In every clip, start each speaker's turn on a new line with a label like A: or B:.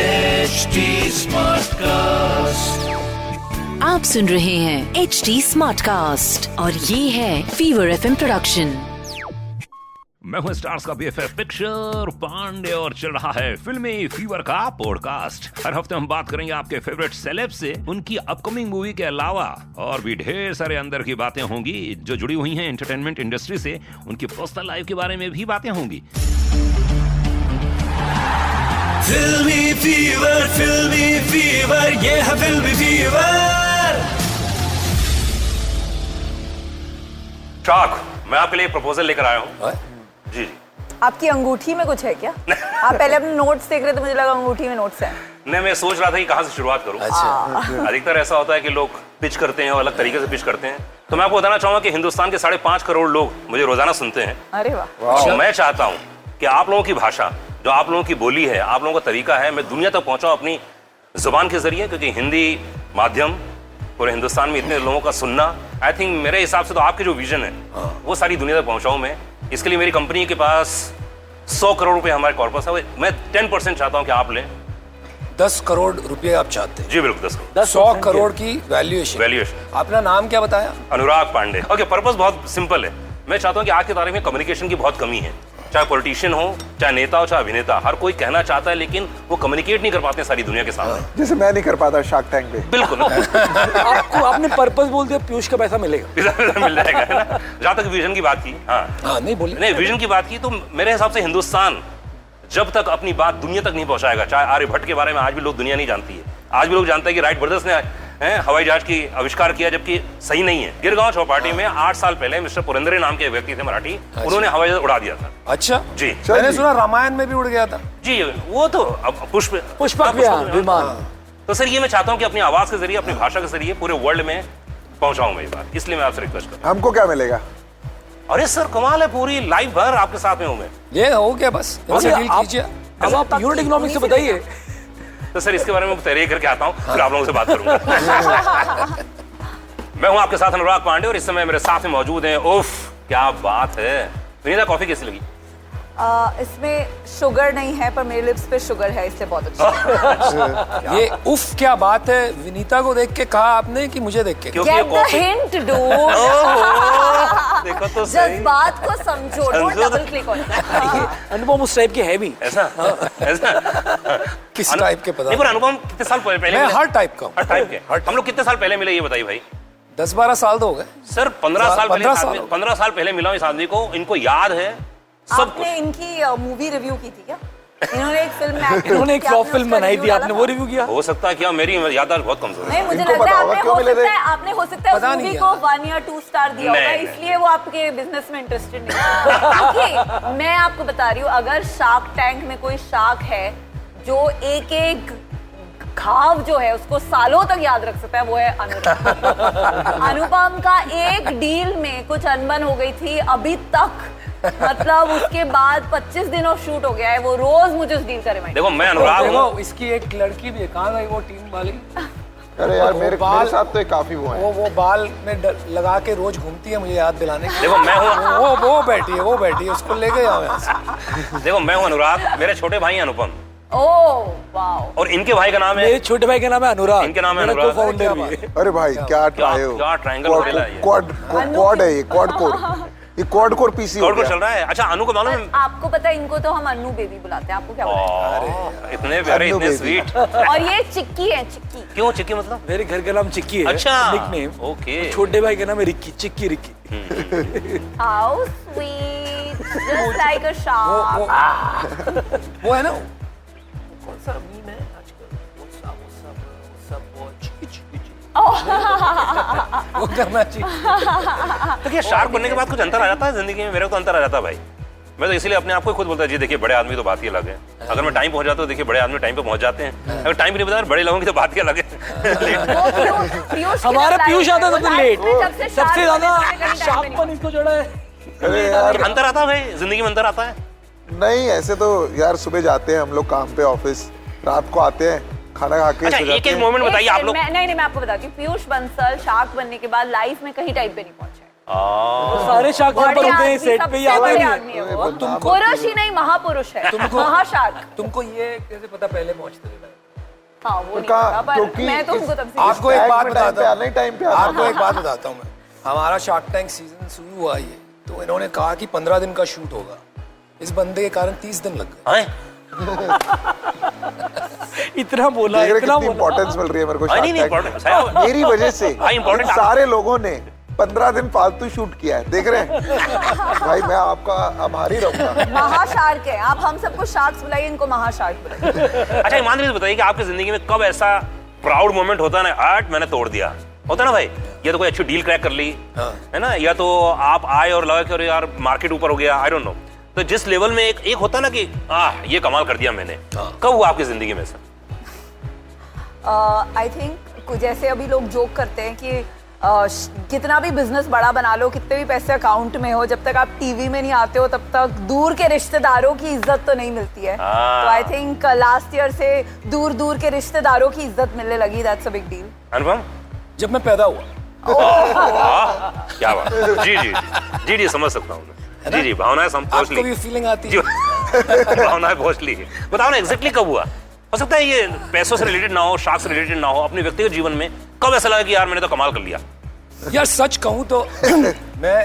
A: HD Smartcast.
B: आप सुन रहे हैं एच डी स्मार्ट कास्ट और ये है फीवर एफ प्रोडक्शन
C: मैं हूं स्टार्स का बीएफएफ पिक्चर पांडे और चल रहा है फिल्मी फीवर का पॉडकास्ट हर हफ्ते हम बात करेंगे आपके फेवरेट सेलेब से उनकी अपकमिंग मूवी के अलावा और भी ढेर सारे अंदर की बातें होंगी जो जुड़ी हुई हैं एंटरटेनमेंट इंडस्ट्री से उनकी पर्सनल लाइफ के बारे में भी बातें होंगी
A: फिल्मी फीवर फिल्मी फीवर ये है फिल्मी फीवर
C: शाक मैं आपके लिए प्रपोजल लेकर आया हूँ जी जी
D: आपकी अंगूठी में कुछ है क्या आप पहले अपने नोट्स देख रहे थे मुझे लगा अंगूठी में नोट्स हैं
C: नहीं मैं सोच रहा था कि कहाँ से शुरुआत करूँ
A: अच्छा
C: अधिकतर ऐसा होता है कि लोग पिच करते हैं और अलग तरीके से पिच करते हैं तो मैं आपको बताना चाहूंगा कि हिंदुस्तान के साढ़े पांच करोड़ लोग मुझे रोजाना सुनते हैं
D: अरे वाह
E: Oh.
C: और मैं चाहता हूँ कि आप लोगों की भाषा जो आप लोगों की बोली है आप लोगों का तरीका है मैं दुनिया तक पहुंचाऊं अपनी जुबान के जरिए क्योंकि हिंदी माध्यम पूरे हिंदुस्तान में इतने लोगों का सुनना आई थिंक मेरे हिसाब से तो आपके जो विजन है वो सारी दुनिया तक पहुंचाऊं मैं इसके लिए मेरी कंपनी के पास सौ करोड़ रुपए हमारे कॉर्पस है वो मैं टेन परसेंट चाहता हूँ कि आप लें
E: दस करोड़ रुपए आप चाहते हैं
C: जी बिल्कुल दस करोड़
E: सौ करोड़ की वैल्यूएशन
C: Valuation।
E: अपना नाम क्या बताया
C: अनुराग पांडे ओके पर्पस बहुत सिंपल है मैं चाहता हूँ कि आज के तारीख में कम्युनिकेशन की बहुत कमी है चाहे पॉलिटिशियन हो चाहे नेता हो चाहे अभिनेता हर कोई कहना चाहता है लेकिन वो कम्युनिकेट नहीं कर पाते हैं सारी दुनिया के सामने
F: हाँ।
G: जैसे मैं नहीं कर पाता शार्क टैंक पे
C: बिल्कुल
F: आपको आपने पर्पस बोल दिया पीयूष का पैसा मिलेगा
C: मिल जाएगा है ना जहाँ तक विजन की बात की हाँ
E: हाँ नहीं बोलिए
C: नहीं विजन की बात की तो मेरे हिसाब से हिंदुस्तान जब तक अपनी बात दुनिया तक नहीं पहुंचाएगा चाहे आर्यभट्ट के बारे में आज भी लोग दुनिया नहीं जानती है आज भी लोग जानते हैं कि राइट ब्रदर्स ने हैं, हवाई जहाज की आविष्कार किया जबकि सही नहीं है गिरगांव चौपाटी में आठ साल पहले मिस्टर पुरंदरे नाम के व्यक्ति थे मराठी उन्होंने हवाई जहाज उड़ा दिया था
E: अच्छा
C: जी
E: मैंने सुना रामायण में भी उड़ गया था
C: जी वो तो अब पुष्प
F: पुष्पक
C: हाँ,
F: विहार विमान
C: तो सर ये मैं चाहता हूँ कि अपनी आवाज के जरिए अपनी भाषा के जरिए पूरे वर्ल्ड में पहुंचाऊं मैं ये बात इसलिए मैं आपसे रिक्वेस्ट कर रहा
G: हमको क्या मिलेगा
C: हूं अरे सर कमाल है पूरी लाइफ भर आपके साथ में हूं मैं
E: ये हो गया बस हमसे डील
F: आप-
E: कीजिए
F: अब आप यूनिट इकोनॉमिक्स से बताइए
C: तो सर इसके बारे में तैयारी करके आता हूँ फिर आप लोगों से बात करूंगा मैं हूँ आपके साथ अनुराग पांडे और इस समय मेरे साथ में मौजूद हैं उफ क्या बात है विनीता कॉफी कैसी लगी
D: आ, इसमें शुगर नहीं है पर मेरे लिप्स पे शुगर है इसलिए बहुत अच्छा
E: ये उफ क्या बात है विनीता को देख के कहा आपने कि मुझे देख के
C: क्योंकि ये
D: get the
C: coffee
D: hint dude
C: ओहो, देखो तो सही
D: जज्बात को समझो डोंट
C: समझो तो-
D: डबल क्लिक ऑन
F: अनुपम उस टाइप के है भी
C: ऐसा ऐसा
E: किस
C: अनु-
E: टाइप के पता
C: नहीं पर अनुपम कितने साल पहले पहले
E: मैं
C: मिले?
E: हर टाइप का हूँ।
C: हर टाइप के हम लोग कितने साल पहले मिले ये बताइए भाई
E: दस बारह साल तो हो गए
C: सर पंद्रह
E: साल-
C: साल पहले
E: 15 साल हो गए।
C: पंद्रह साल पहले मिला हूं इस आदमी को इनको याद है सब कुछ
D: आपने इनकी मूवी रिव्यू की थी क्या इन्होंने एक फिल्म में act
F: इन्होंने
D: की,
F: एक
D: आपने
F: फ्लॉप
D: उसका
F: फिल्म बनाई थी
D: review
F: आपने
D: डाला
F: वो
D: था?
F: रिव्यू किया
C: हो सकता है क्या मेरी याददाश्त बहुत कमजोर है
D: नहीं मुझे
G: इनको
D: लगता है आपने
G: पता होगा, क्यों
D: हो
G: मिले
D: सकता
G: थे?
D: है आपने हो सकता है उस
E: पता नहीं
D: मूवी
E: क्या।
D: को वन या टू स्टार दिया होगा
C: नहीं, नहीं।
D: इसलिए वो आपके बिजनेस में इंटरेस्टेड नहीं देखिए मैं आपको बता रही हूँ अगर शार्क टैंक में कोई शार्क है जो एक एक घाव जो है उसको सालों तक याद रख सकता है वो है अनुपम अनुपम का एक डील में कुछ अनबन हो गई थी अभी तक मतलब उसके बाद 25 दिन ऑफ शूट हो गया है वो रोज मुझे उस डील का रिमाइंड
C: देखो मैं अनुराग हूँ
F: देखो इसकी एक लड़की भी है कहाँ गई वो टीम वाली
G: अरे यार मेरे
E: बाल-
G: मेरे साथ तो ये काफी हुआ है
E: वो वो बाल में ड- लगा के रोज घूमती है मुझे याद दिलाने के लिए।
C: देखो मैं हूँ
E: वो वो बैठी है वो बैठी है उसको लेके जाओ यहाँ से
C: देखो मैं हूँ अनुराग मेरे छोटे भाई हैं अनुपम
D: ओह वाओ
C: और इनके भाई का नाम है
F: मेरे छोटे भाई का नाम है अनुराग
C: इनके नाम है
F: मेरा
C: अनुराग।
F: co-founder भी है
G: अरे भाई क्या ट्राई हो
C: क्या triangle वगैरह है ये?
G: क्वाड क्वाड है ये क्वाड कोर ये क्वाड कोर पीसी हो
C: दौड़ को चल
G: गया
C: रहा है अच्छा अनु को मालूम है
D: आपको पता है इनको तो हम अन्नू बेबी बुलाते हैं आपको क्या पता है?
C: ओह, इतने प्यारे
G: अनु
C: इतने
G: baby।
C: स्वीट
D: और ये चिक्की है चिक्की
C: क्यों चिक्की मतलब
F: मेरे घर का नाम चिक्की है
C: अच्छा
F: निकनेम
C: ओके
G: तो
F: छोटे भाई का नाम है रिक्की चिक्की
D: तो
F: Ricky
D: how sweet just like a
E: वो
D: शार्क
E: वो वो है ना वो करना चाहिए
C: तो क्या शार्प बनने के बाद कुछ अंतर आ जाता है जिंदगी में मेरे को तो अंतर आ जाता है भाई मैं तो इसलिए अपने आप को ही खुद बोलता जी देखिए बड़े आदमी तो बात ही अलग है
G: हाँ।
C: अगर मैं टाइम पहुंच जाता हूँ देखिए बड़े आदमी टाइम पे पहुंच जाते हैं अगर टाइम पे नहीं पहुंचा तो बड़े लोगों की तो बात ही अलग है
D: वो पीयूष- पीयूष की
F: हमारा
D: तरह
F: पीयूष
D: लाइफ
F: आता
D: है,
F: है सबसे
D: वो लाइफ में
F: लेट
D: शार्प बने, कहीं time
F: सबसे ज्यादा
D: पे नहीं
F: शार्पन इसको जोड़ा है
G: अरे यार
C: अंतर आता है भाई जिंदगी में अंतर आता है
G: नहीं ऐसे तो यार सुबह जाते हैं हम लोग काम पे ऑफिस रात को आते हैं खाना खा के
C: अच्छा
G: सो
C: एक
G: जाते
C: एक
G: हैं
C: मोमेंट
D: एक
C: बताइए आप
D: second,
C: लोग
D: मैं- नहीं नहीं मैं आपको बताती हूँ पीयूष बंसल शार्क बनने के बाद लाइफ में कहीं टाइम पे नहीं पहुंचे
C: हाँ।
F: सारे शार्क यहाँ पर
D: बड़े
F: होते हैं
D: आदमी,
F: सेट पे ही
D: सबसे
F: आते
D: बड़े
F: हैं
D: आदमी है वो पुरुष ही नहीं महापुरुष है
E: तुमको-
D: महाशार्क
E: तुमको ये कैसे पता पहले पहुंचते थे
D: हाँ वो
G: पर
D: नहीं
G: कहा-
D: पता पर
G: क्योंकि
D: मैं तो
G: इस-
D: उनको तब से
E: आपको एक
G: Tag
E: बात
G: में time पे
E: बताता
G: आना ही time पे
E: हूँ
G: आना।
E: आपको एक बात बताता हूँ मैं हमारा शार्क टैंक सीजन शुरू हुआ ये तो इन्होंने कहा कि पंद्रह दिन का शूट होगा इस बंदे के कारण तीस दिन लग गए
C: हैं
F: इतना बोला
G: देख रहे
F: इतना
G: कितनी
F: बोला
G: इंपॉर्टेंस मिल रही है मेरे को
C: हाँ, नहीं,
G: Shark
C: नहीं,
G: Tank
C: importance है।
G: में। मेरी वजह से
C: हाँ, important
G: इन सारे लोगों ने पंद्रह दिन फालतू शूट किया है देख रहे हैं भाई मैं आपका आभारी रहूंगा
D: महाशार्क है आप हम सबको शार्क्स बुलाइए इनको महाशार्क बुलाइए
C: अच्छा ईमानदारी से बताइए कि आपकी जिंदगी में कब ऐसा प्राउड मोमेंट होता है ना आर्ट मैंने तोड़ दिया होता है ना भाई या तो कोई अच्छी डील क्रैक कर ली
E: हाँ।
C: है ना या तो आप आए और लगा कि अरे यार मार्केट ऊपर हो गया आई डोंट नो तो जिस लेवल में एक एक होता है ना कि आ ये कमाल कर दिया मैंने
E: हाँ।
C: कब हुआ आपकी जिंदगी में सर
D: आई थिंक जैसे अभी लोग जोक करते हैं कि uh, श- कितना भी बिजनेस बड़ा बना लो कितने भी पैसे अकाउंट में हो जब तक आप टीवी में नहीं आते हो तब तक दूर के रिश्तेदारों की इज्जत तो नहीं मिलती है
C: हाँ।
D: तो आई थिंक लास्ट ईयर से दूर दूर के रिश्तेदारों की इज्जत मिलने लगी that's a big deal
C: Anupam
E: जब मैं पैदा हुआ
C: वाह, क्या बात जी जी जी जी समझ सकता हूँ मैं। जी जी भावनाएं सम पहुंच
E: आपको
C: ली
E: भी फीलिंग आती
C: जी
E: है
C: भावनाएं पहुंच ली बताओ ना एग्जैक्टली कब हुआ हो सकता है ये पैसों से रिलेटेड ना हो शार्क से रिलेटेड ना हो अपने व्यक्तिगत जीवन में कब ऐसा लगा कि यार मैंने तो कमाल कर लिया
E: यार सच कहूं तो मैं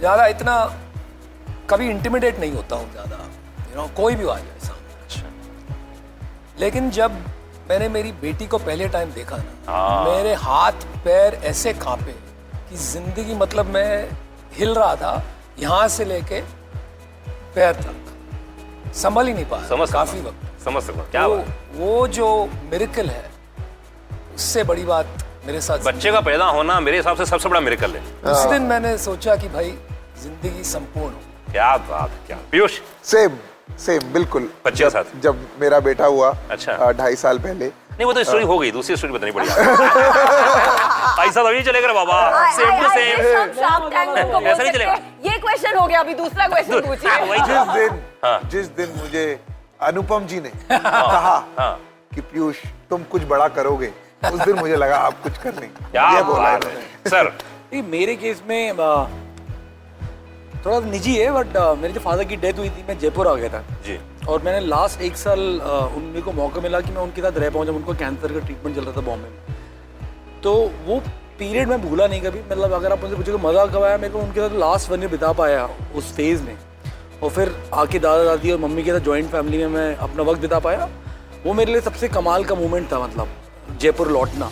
E: ज्यादा इतना कभी इंटिमिडेट नहीं होता हूं ज्यादा यू नो कोई भी आ जाए सामने लेकिन जब मैंने मेरी बेटी को पहले टाइम देखा
C: हाँ।
E: ना मेरे हाथ पैर ऐसे कांपे कि जिंदगी मतलब मैं हिल रहा था यहां से लेके पैर तक संभल ही नहीं पाया
C: समझ सकता
E: काफी
C: हूं।
E: वक्त
C: समझ सकता हूं। क्या
E: वो,
C: बात है।
E: वो जो मिरिकल है उससे बड़ी बात मेरे साथ
C: बच्चे का पैदा होना मेरे हिसाब से सबसे बड़ा मेरिकल है
E: उस दिन मैंने सोचा कि भाई जिंदगी संपूर्ण हो गई।
C: क्या बात क्या पीयूष
G: सेम सेम बिल्कुल
C: बच्चे के
G: जब-
C: साथ।
G: जब मेरा बेटा हुआ
C: अच्छा।
G: अ, ढाई साल पहले
C: नहीं वो तो स्टोरी
G: हाँ।
C: हो गई दूसरी स्टोरी बतानी पड़ी आपको। ऐसा तो नहीं चलेगा रे बाबा
G: हाँ,
C: सेम टू सेम ऐसा नहीं चलेगा।
D: ये क्वेश्चन हो गया अभी दूसरा क्वेश्चन
C: हाँ, वही
D: पूछिए
C: तो।
G: जिस दिन
C: हाँ।
G: जिस दिन मुझे अनुपम जी ने कहा
C: हाँ।
G: कि पीयूष तुम कुछ बड़ा करोगे उस दिन मुझे लगा आप कुछ कर लेंगे
C: क्या
G: ये बोला
C: बात
G: इन्होंने।
C: है सर
F: नहीं, मेरे केस में अ, थोड़ा निजी है बट मेरे जो फादर की डेथ हुई थी मैं जयपुर आ गया था
C: जी
F: और मैंने लास्ट एक साल अ, उन मेरे को मौका मिला कि मैं उनके साथ रह पाऊँ जब उनको कैंसर का ट्रीटमेंट चल रहा था बॉम्बे में तो वो पीरियड मैं भूला नहीं कभी मतलब अगर आप मुझसे पूछोगे मज़ा कब आया मेरे को उनके साथ लास्ट वन ईयर बिता पाया उस फेज में और फिर आके दादा दादी और मम्मी के साथ जॉइंट फैमिली में मैं अपना वक्त बिता पाया वो मेरे लिए सबसे कमाल का मोमेंट था मतलब जयपुर लौटना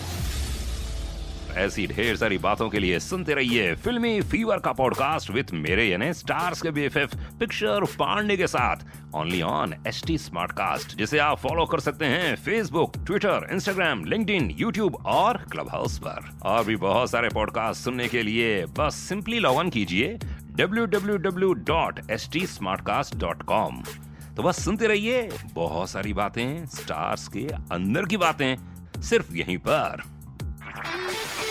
H: ऐसी ढेर सारी बातों के लिए सुनते रहिए फिल्मी फीवर का पॉडकास्ट विथ मेरे यानी स्टार्स के बीएफएफ पिक्चर पांडे के साथ only on H T Smartcast जिसे आप फॉलो कर सकते हैं Facebook Twitter Instagram LinkedIn YouTube और क्लब हाउस पर और भी बहुत सारे पॉडकास्ट सुनने के लिए बस सिंपली लॉग इन कीजिए www.stsmartcast.com तो बस सुनते रहिए बहुत सारी बातें स्टार्स के अंदर की बातें सिर्फ यहीं पर